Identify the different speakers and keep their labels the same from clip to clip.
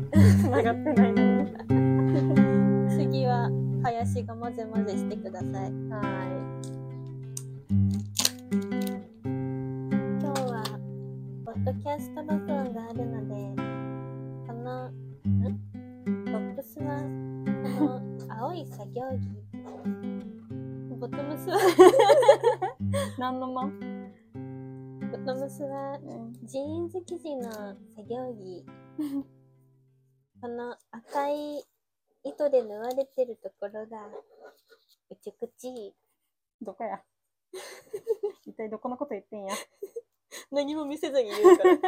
Speaker 1: がってないの。
Speaker 2: 次は林が混ぜ混ぜしてください。
Speaker 1: はい。
Speaker 2: 今日はポッドキャスト録音があるので、このんボックスはこの青い作業着、ボトムスは
Speaker 1: 何の間
Speaker 2: ボトムスはジーンズ生地の作業着。この赤い糸で縫われてるところが、うちくち。
Speaker 1: どこや 一体どこのこと言ってんや。
Speaker 2: 何も見せずに言うから。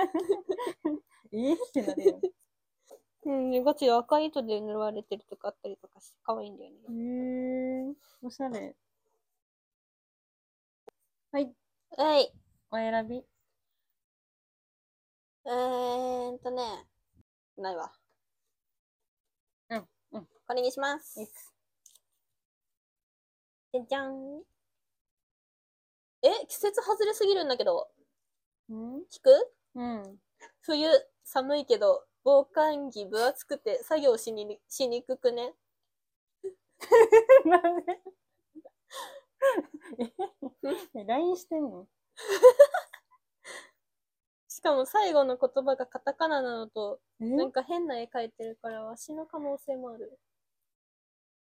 Speaker 1: ええってなるよ。
Speaker 2: うん、ガチ赤い糸で縫われてるとかあったりとかして、可愛いんだよね。
Speaker 1: えー、おしゃれ。はい、
Speaker 2: はい。
Speaker 1: お選び。
Speaker 2: えーっとね、ないわ。
Speaker 1: うんうん
Speaker 2: これにします
Speaker 1: いいっ。
Speaker 2: じゃじゃん。え、季節外れすぎるんだけど、
Speaker 1: うん
Speaker 2: 聞く
Speaker 1: うん。
Speaker 2: 冬、寒いけど、防寒着分厚くて作業しにしにくくね。
Speaker 1: なんで え、LINE してんの
Speaker 2: しかも最後の言葉がカタカナなのと、
Speaker 1: え
Speaker 2: なんか変な絵描いてるから、わしの可能性もある。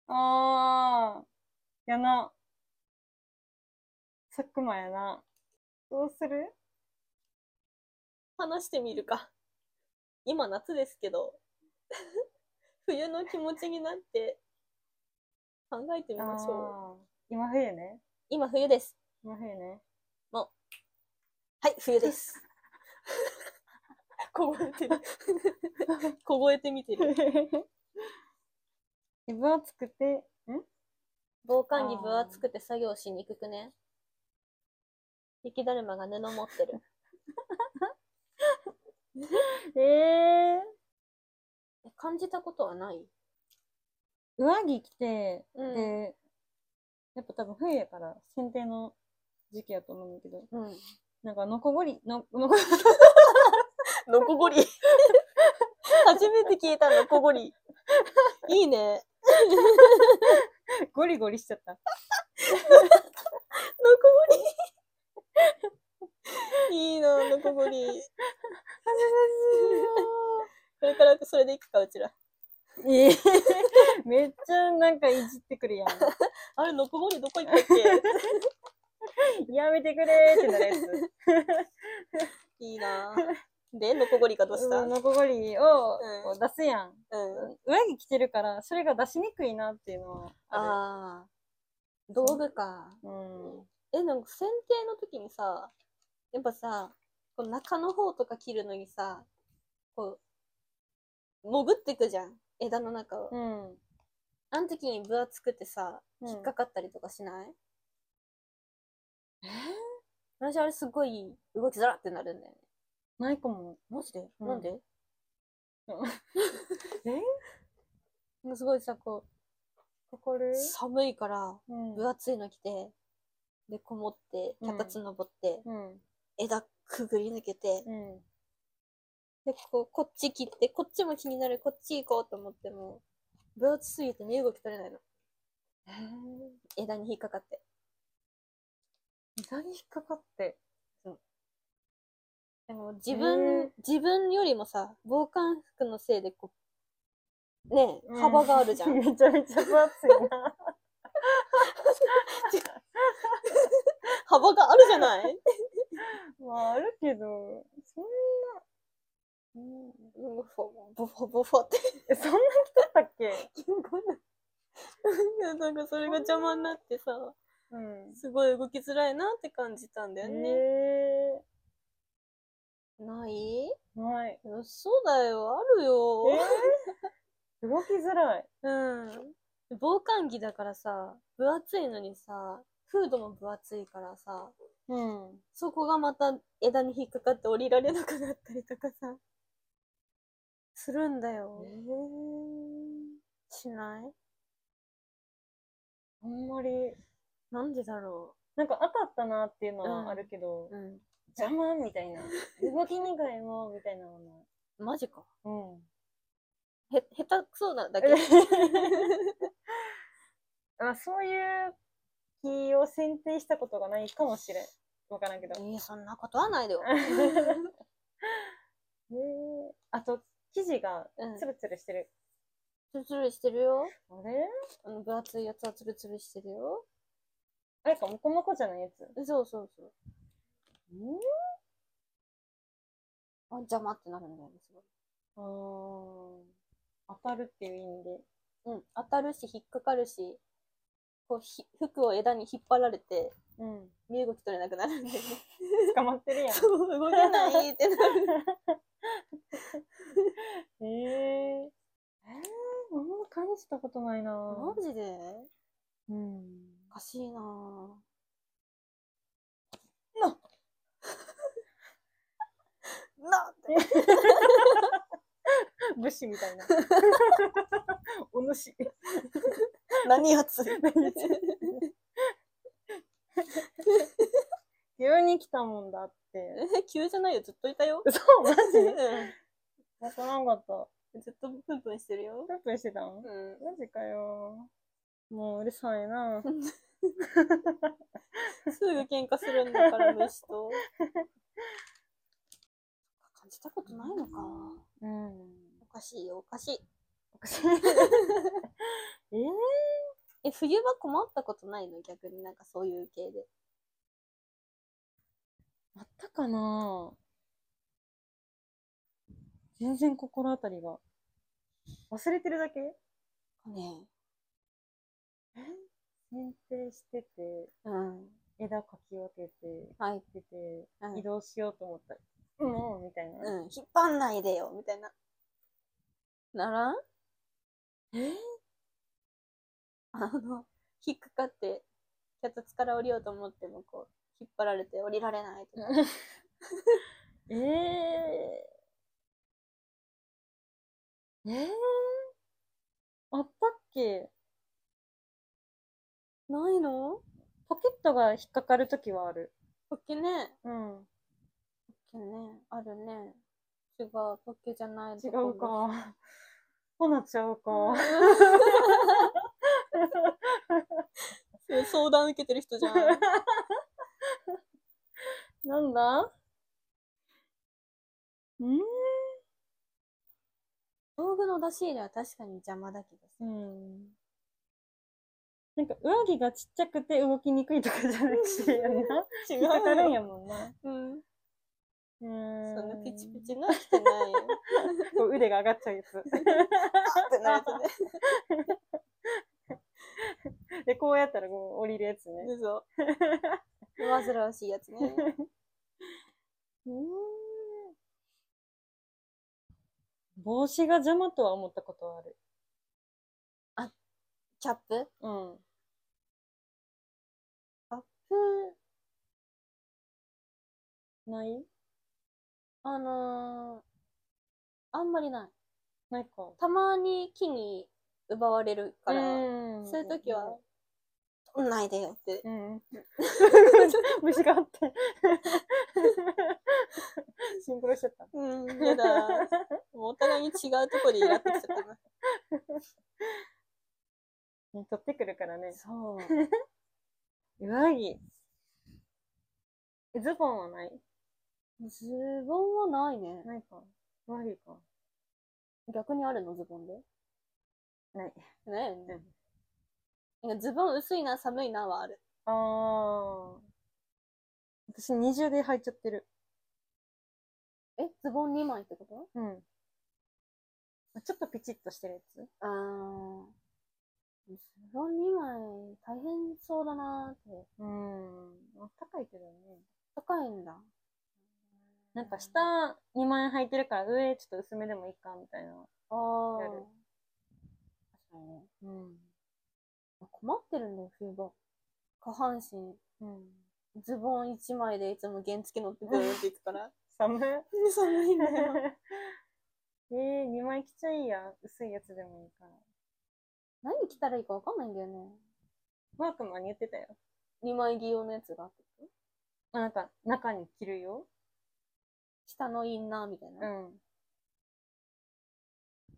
Speaker 1: あー、やな。佐久間やな。どうする
Speaker 2: 話してみるか。今夏ですけど、 冬の気持ちになって考えてみましょう。
Speaker 1: あー今冬ね。
Speaker 2: 今冬です。
Speaker 1: 今冬 ね。
Speaker 2: はい、冬です。 凍えてる。 凍えてみてる。
Speaker 1: え分厚くて、ん
Speaker 2: 防寒着分厚くて作業しにくくね。雪だるまが布持ってる。
Speaker 1: えー、
Speaker 2: え 感じたことはない
Speaker 1: 上着着て、
Speaker 2: うん
Speaker 1: で、やっぱ多分冬やから、剪定の時期やと思うんだけど、
Speaker 2: うん。
Speaker 1: なんか、のこごり、の、 のこ、
Speaker 2: のこごり。 初めて聞いたのこごり。 いいね。
Speaker 1: ゴリゴリしちゃった。
Speaker 2: のこごり。いいな、のこごり。これから それでいくか、うちら。
Speaker 1: ええめっちゃなんかいじってくる やん。
Speaker 2: あれ、のこごりどこ行ったっけ
Speaker 1: やめてくれーってなるや つ。
Speaker 2: いいな。で、のこごりがどうした
Speaker 1: う
Speaker 2: うんん。
Speaker 1: のこごりを
Speaker 2: うん
Speaker 1: こう出すやん。上着着てるから、それが出しにくいなっていうのはある。
Speaker 2: ああ。道具か。
Speaker 1: うん。
Speaker 2: え、なんか剪定の時にさ、やっぱさ、この中の方とか切るのにさ、こう、潜ってくじゃん。枝の中を。
Speaker 1: うん。
Speaker 2: あの時に分厚くてさ、
Speaker 1: うん
Speaker 2: 引っかかったりとかしない、
Speaker 1: え
Speaker 2: 私あれすごい動きづらってなるんだよね。
Speaker 1: ないかも。
Speaker 2: マジで、
Speaker 1: うん
Speaker 2: なんで
Speaker 1: え
Speaker 2: なんかすごいさ、こ
Speaker 1: かかる
Speaker 2: う、寒いから、
Speaker 1: うん。
Speaker 2: 分厚いの着て、で、こもって、
Speaker 1: うん
Speaker 2: 脚立登って、
Speaker 1: うん。
Speaker 2: 枝くぐり抜けて、
Speaker 1: うん。
Speaker 2: で、こう、こっち切って、こっちも気になる、こっち行こうと思っても、分厚すぎて身動き取れないの。
Speaker 1: え
Speaker 2: 枝に引っかかって。
Speaker 1: 膝に引っかかって。
Speaker 2: でも自
Speaker 1: へ
Speaker 2: 分
Speaker 1: ー、
Speaker 2: 自分よりもさ、防寒服のせいで、こう、ね
Speaker 1: う
Speaker 2: え、幅があるじゃん。
Speaker 1: めちゃめちゃ分厚いな。
Speaker 2: 幅があるじゃない
Speaker 1: まあ、あるけど、そん
Speaker 2: うん、ボフォ、ボフォ、ボフォって。
Speaker 1: えそんな着とったっけ
Speaker 2: いやなんかそれが邪魔になってさ、
Speaker 1: うん。
Speaker 2: すごい動きづらいなって感じたんだよね。
Speaker 1: え
Speaker 2: ない
Speaker 1: ー、ない。
Speaker 2: 嘘だよ、あるよ。
Speaker 1: えー、動きづらい。
Speaker 2: うん。防寒着だからさ、分厚いのにさ、フードも分厚いからさ、
Speaker 1: うん。
Speaker 2: そこがまた枝に引っかかって降りられなくなったりとかさ、するんだよ。しない
Speaker 1: あんまり、
Speaker 2: なんでだろ
Speaker 1: なんか当たったなっていうのはあるけど、
Speaker 2: う。うん。
Speaker 1: 邪魔みたいな。動きにくいもんみたいなのはない
Speaker 2: マジか。
Speaker 1: うん。
Speaker 2: へ、下手くそなだけ。うん
Speaker 1: まあ、そういう気を選定したことがないかもしれん。わから んけど。
Speaker 2: えー、そんなことはないだ よ。
Speaker 1: ねえあと、生地が
Speaker 2: うん
Speaker 1: ツルツルしてる。
Speaker 2: ツルツルしてるよ。
Speaker 1: あれ
Speaker 2: あの、分厚いやつはツルツルしてるよ。
Speaker 1: あれか、もこもこじゃないやつ。
Speaker 2: そうそうそう。
Speaker 1: ん
Speaker 2: あ、邪魔ってなるんだよね、すごい。
Speaker 1: あー当たるっていう意味で。
Speaker 2: うん、当たるし、引っかかるし、こう、ひ服を枝に引っ張られて、
Speaker 1: うん。
Speaker 2: 身動き取れなくなるんだよね。
Speaker 1: 捕まってるや ん。
Speaker 2: そう、動けないってなる。
Speaker 1: えええー、あんま感じたことないな
Speaker 2: マジで
Speaker 1: うん。
Speaker 2: おかしいなぁ。
Speaker 1: な
Speaker 2: なって。
Speaker 1: 武士みた いな。お主。
Speaker 2: 何や つ
Speaker 1: 急に来たもん だって。
Speaker 2: 急じゃないよ、ずっといたよ。
Speaker 1: そう、マジ
Speaker 2: う
Speaker 1: わからんかった。
Speaker 2: んずっとプンプンしてるよ
Speaker 1: プ。ンプンしてたん
Speaker 2: うん。
Speaker 1: マジかよ。もううるさいな。
Speaker 2: すぐ喧嘩するんだから、虫 と。感じたことないのか。
Speaker 1: うん。
Speaker 2: おかしいよ、おかしい。
Speaker 1: おかしい。えー、
Speaker 2: え、冬場困ったことないの逆になんかそういう系で。
Speaker 1: あったかな全然心当たりが。忘れてるだけ
Speaker 2: ね
Speaker 1: 剪定してて、
Speaker 2: うん。
Speaker 1: 枝かき分けて、
Speaker 2: はい。
Speaker 1: 出て、
Speaker 2: うん
Speaker 1: 移動しようと思ったら、もうみたいな。
Speaker 2: うん、引っ張んないでよ、みたいな。ならん
Speaker 1: え
Speaker 2: あの、引っかかって、脚立から降りようと思っても、こう、引っ張られて降りられないとか。
Speaker 1: ええー、えー、あったっけ
Speaker 2: ないの
Speaker 1: ポケットが引っかかるときはある。
Speaker 2: ポッケね。
Speaker 1: うん。
Speaker 2: ポッケね。あるね。違う、ポッケじゃない
Speaker 1: 違
Speaker 2: とこ
Speaker 1: うか。ほなちゃう か。
Speaker 2: え相談受けてる人じゃん。
Speaker 1: なんだうん
Speaker 2: 道具の出し入れは確かに邪魔だけどさ。
Speaker 1: うん。なんか上着がちっちゃくて動きにくいとかじゃなくてやんな。
Speaker 2: 違
Speaker 1: 引っかかるんやもんな。
Speaker 2: うん。
Speaker 1: う
Speaker 2: そ
Speaker 1: ん。
Speaker 2: んなピチピチなってないよ。
Speaker 1: こう腕が上がっちゃうやつ。
Speaker 2: ってなるとね。
Speaker 1: で、こうやったらこう降りるやつね。
Speaker 2: 嘘。煩わしいやつね。
Speaker 1: うん。帽子が邪魔とは思ったことはある。
Speaker 2: キャップ
Speaker 1: うん。ない
Speaker 2: あのー、あんまりない。
Speaker 1: ないか。
Speaker 2: たまに木に奪われるから、
Speaker 1: うん
Speaker 2: そういう時は、取んないでよって。
Speaker 1: うん。 虫があ って。シンクロしちゃった。
Speaker 2: うん、やだ。 もうお互いに違うとこでイラってきちゃったな。
Speaker 1: 取ってくるからね。
Speaker 2: そう。
Speaker 1: 上着。ズボンはない
Speaker 2: ズボンはないね。
Speaker 1: ないか。上着か。
Speaker 2: 逆にあるのズボンで
Speaker 1: ない。
Speaker 2: ないよね。なんかズボン薄いな、寒いなはある。
Speaker 1: あー。私二重で履いちゃってる。
Speaker 2: え、ズボン2枚ってこと
Speaker 1: うん。ちょっとピチッとしてるやつ
Speaker 2: あー。ズボン2枚大変そうだなーって。
Speaker 1: うん。あったかいけどね。
Speaker 2: 高いんだ。
Speaker 1: なんか下2万円履いてるから上ちょっと薄めでもいいかみたいな。
Speaker 2: ああ
Speaker 1: やる。
Speaker 2: 確かにね。
Speaker 1: うん。
Speaker 2: 困ってるんだよ、冬場。下半身、
Speaker 1: うん。
Speaker 2: ズボン一枚でいつも原付乗ってブーっていく から。
Speaker 1: 寒い。
Speaker 2: 寒いんだよ。
Speaker 1: えー、2枚着ちゃいいや。薄いやつでもいいから。
Speaker 2: 何着たらいいかわかんないんだよね。
Speaker 1: マークマンに言ってたよ。
Speaker 2: 二枚着用のやつがあって。
Speaker 1: あなんか、中に着るよ。
Speaker 2: 下のインナーみたいな。
Speaker 1: ん。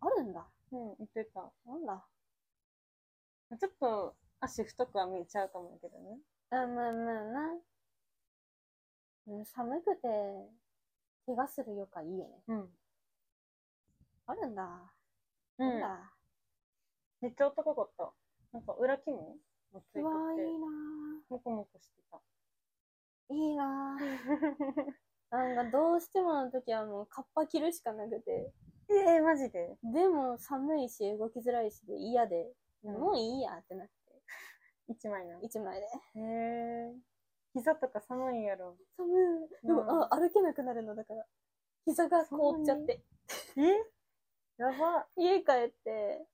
Speaker 2: あるんだ。
Speaker 1: うん、言ってた。なんだ。ちょっと足太くは見えちゃうかもやけどね。
Speaker 2: あ、まあまあな。うん寒くて、怪我するよかいいよね。
Speaker 1: うん。
Speaker 2: あるんだ。
Speaker 1: う
Speaker 2: なん
Speaker 1: ん。
Speaker 2: だ。
Speaker 1: めっちゃ男かった。なんか裏肝もついうてて
Speaker 2: わ、ーいいな
Speaker 1: モコモコしてた。
Speaker 2: ー。いいな ー。なんかどうしてもあの時はもうカッパ着るしかなくて。
Speaker 1: ええマジで
Speaker 2: でも寒いし動きづらいしで嫌で、も
Speaker 1: も
Speaker 2: ういいやってなっ
Speaker 1: う一枚な。
Speaker 2: て、一枚で。
Speaker 1: へえ。膝とか寒いやろ。
Speaker 2: 寒い。でも、
Speaker 1: うん
Speaker 2: あ、歩けなくなるのだから。膝が凍っちゃって。
Speaker 1: えやば。
Speaker 2: 家帰って、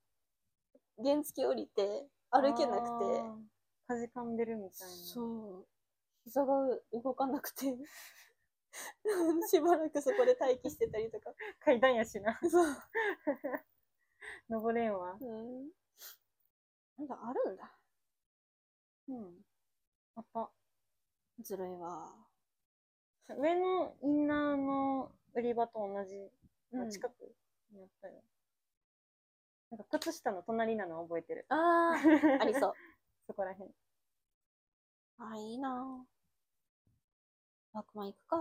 Speaker 2: 原付降りて、歩けなくて
Speaker 1: あ。ー。かじかんでるみたいな。
Speaker 2: そう。膝が動かなくて。 しばらくそこで待機してたりとか。
Speaker 1: 階段やしな。
Speaker 2: そう。
Speaker 1: 登れんわ。
Speaker 2: うん。なんかあるんだ。
Speaker 1: うん。あった。
Speaker 2: ずるいわ。
Speaker 1: 上のインナーの売り場と同じ、まあ
Speaker 2: うん
Speaker 1: 近くにあったよ。なんか靴下の隣なの覚えてる。
Speaker 2: ああ、ありそう。
Speaker 1: そこらへん。
Speaker 2: あ、いいなワークマン行くか。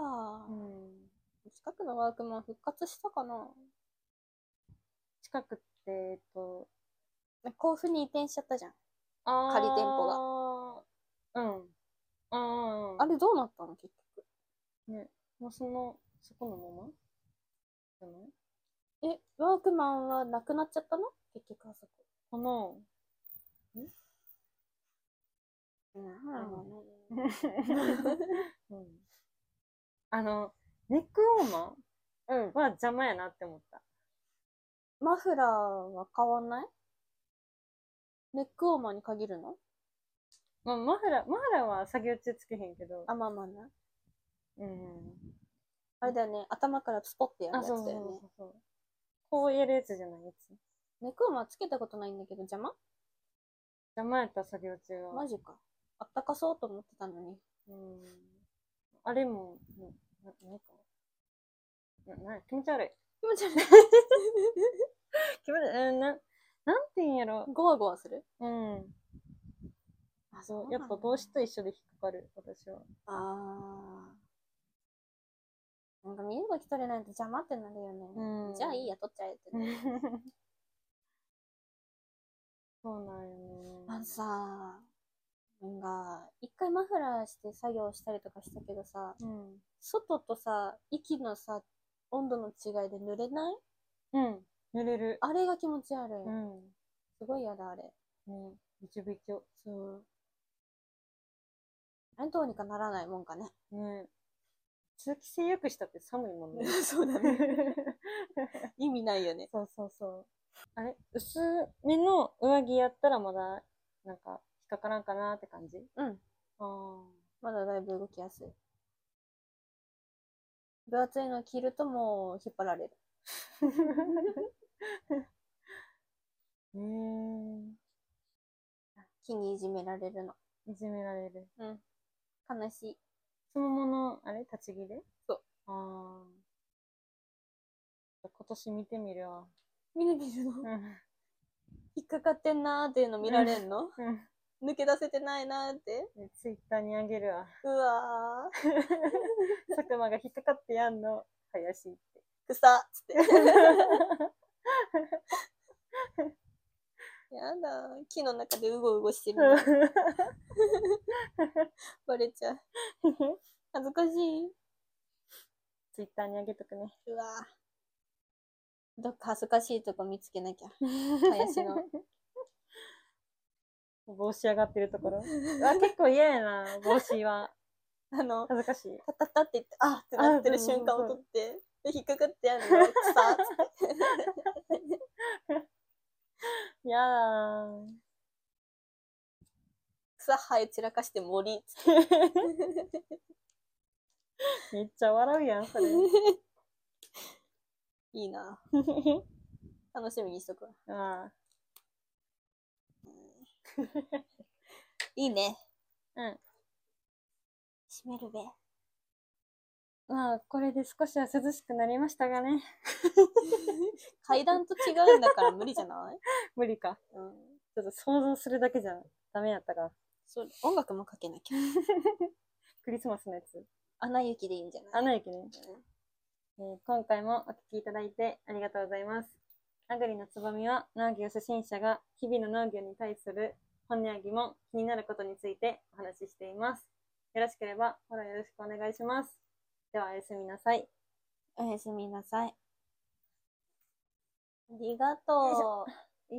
Speaker 1: うん。
Speaker 2: 近くのワークマン復活したかな
Speaker 1: 近くって、えっと、
Speaker 2: 甲府に移転しちゃったじゃん。
Speaker 1: あ
Speaker 2: 仮店
Speaker 1: 舗が。うん。ああ。
Speaker 2: あれどうなったの結局。
Speaker 1: もうその、そこのままじゃない
Speaker 2: え、ワークマンはなくなっちゃったの結局あそこ。
Speaker 1: この、
Speaker 2: うん。
Speaker 1: うん。あの、ネックウォーマ
Speaker 2: うん
Speaker 1: ー。は邪魔やなって思った。
Speaker 2: マフラーは変わんないネックウォーマーに限るの
Speaker 1: まあ、マフラー、マフラーは作業中つけへんけど。
Speaker 2: あ、まあまあな。
Speaker 1: うん。
Speaker 2: あれだよね、頭からスポッてやる
Speaker 1: あ、
Speaker 2: やつだ
Speaker 1: そ
Speaker 2: よ
Speaker 1: う
Speaker 2: ね。
Speaker 1: そうそうそう。こうやるやつじゃないやつ。
Speaker 2: ネックウォーマーつけたことないんだけど邪魔
Speaker 1: 邪魔やった作業中は。
Speaker 2: マジか。あったかそうと思ってたのに。
Speaker 1: うん。あれも、もうな、なんか、な、な、気持ち悪い。
Speaker 2: 気持 ち悪
Speaker 1: 気持ち悪い。うん、な、なんて言うんやろ。
Speaker 2: い。ゴワゴワする
Speaker 1: うん。
Speaker 2: あ、
Speaker 1: そう、やっぱ帽子と一緒で引っかかる、私は。
Speaker 2: あー。なんか身動き取れないと邪魔ってなるよね。
Speaker 1: うん
Speaker 2: じゃあいいや、取っちゃえって
Speaker 1: う
Speaker 2: なる。
Speaker 1: ん そうなんよね。
Speaker 2: あのさ、なんか、一回マフラーして作業したりとかしたけどさ、
Speaker 1: うん。
Speaker 2: 外とさ、息のさ、温度の違いで濡れない
Speaker 1: うん。濡れる。
Speaker 2: あれが気持ち悪い。
Speaker 1: うん。
Speaker 2: すごい嫌だ、あれ。
Speaker 1: ね、びちょびちょ。
Speaker 2: そう。あれどうにかならないもんかね。
Speaker 1: ね。通気性良くしたって寒いもんね。
Speaker 2: そうだ。意味ないよね。
Speaker 1: そうそうそう。あれ薄めの上着やったらまだ、なんか、引っかからんかなって感じ
Speaker 2: うん。
Speaker 1: ああ。
Speaker 2: まだだいぶ動きやすい。分厚いの着るともう引っ張られる。
Speaker 1: えー、
Speaker 2: 木にいじめられるの。
Speaker 1: いじめられる。
Speaker 2: 悲しい。
Speaker 1: そのもの、あれ立ち切れ
Speaker 2: そう。
Speaker 1: ああ。今年見てみるわ。
Speaker 2: 見る見るの
Speaker 1: うん。
Speaker 2: 引っかかってんなーっていうの見られんの、
Speaker 1: うん
Speaker 2: 抜け出せてないなーって。
Speaker 1: で。ツイッターにあげるわ。
Speaker 2: うわー。
Speaker 1: 佐久間が引っかかってやんの。 林って。
Speaker 2: 草っつって。やだー。木の中でうごうごしてるの。バレち ゃう。恥ずかしい。
Speaker 1: ツイッターにあげとくね。
Speaker 2: うわぁどっか恥ずかしいとこ見つけなき ゃ。林の。
Speaker 1: 帽子上がってるところ。うわ、結構嫌やな、帽子は。
Speaker 2: あの、
Speaker 1: 恥ずかしい。
Speaker 2: タタタって言って、あーってなってる
Speaker 1: あそうそうそう
Speaker 2: 瞬間を撮って、で、引っかかってやるの、草っつって。
Speaker 1: 嫌だな。
Speaker 2: 草生え散らかして森 っつって。
Speaker 1: めっちゃ笑うやん、それ。
Speaker 2: いい なぁ楽しみにしとくわ。
Speaker 1: ああ
Speaker 2: いいね。
Speaker 1: うん。
Speaker 2: 閉めるべ。
Speaker 1: まあ、これで少しは涼しくなりましたがね。
Speaker 2: 階段と違うんだから無理じゃない、
Speaker 1: 無理か。
Speaker 2: うん、
Speaker 1: ちょっと想像するだけじゃダメやったから。
Speaker 2: そう音楽もかけなきゃ。
Speaker 1: クリスマスのやつ。
Speaker 2: アナ雪でいいんじゃない
Speaker 1: アナ雪ね。
Speaker 2: うん
Speaker 1: えー今回もお聞きいただいてありがとうございます。あぐりのつぼみは農業初心者が日々の農業に対する本音や疑問、気になることについてお話ししています。よろしければフォローよろしくお願いします。ではおやすみなさい。
Speaker 2: おやすみなさい。ありがとう。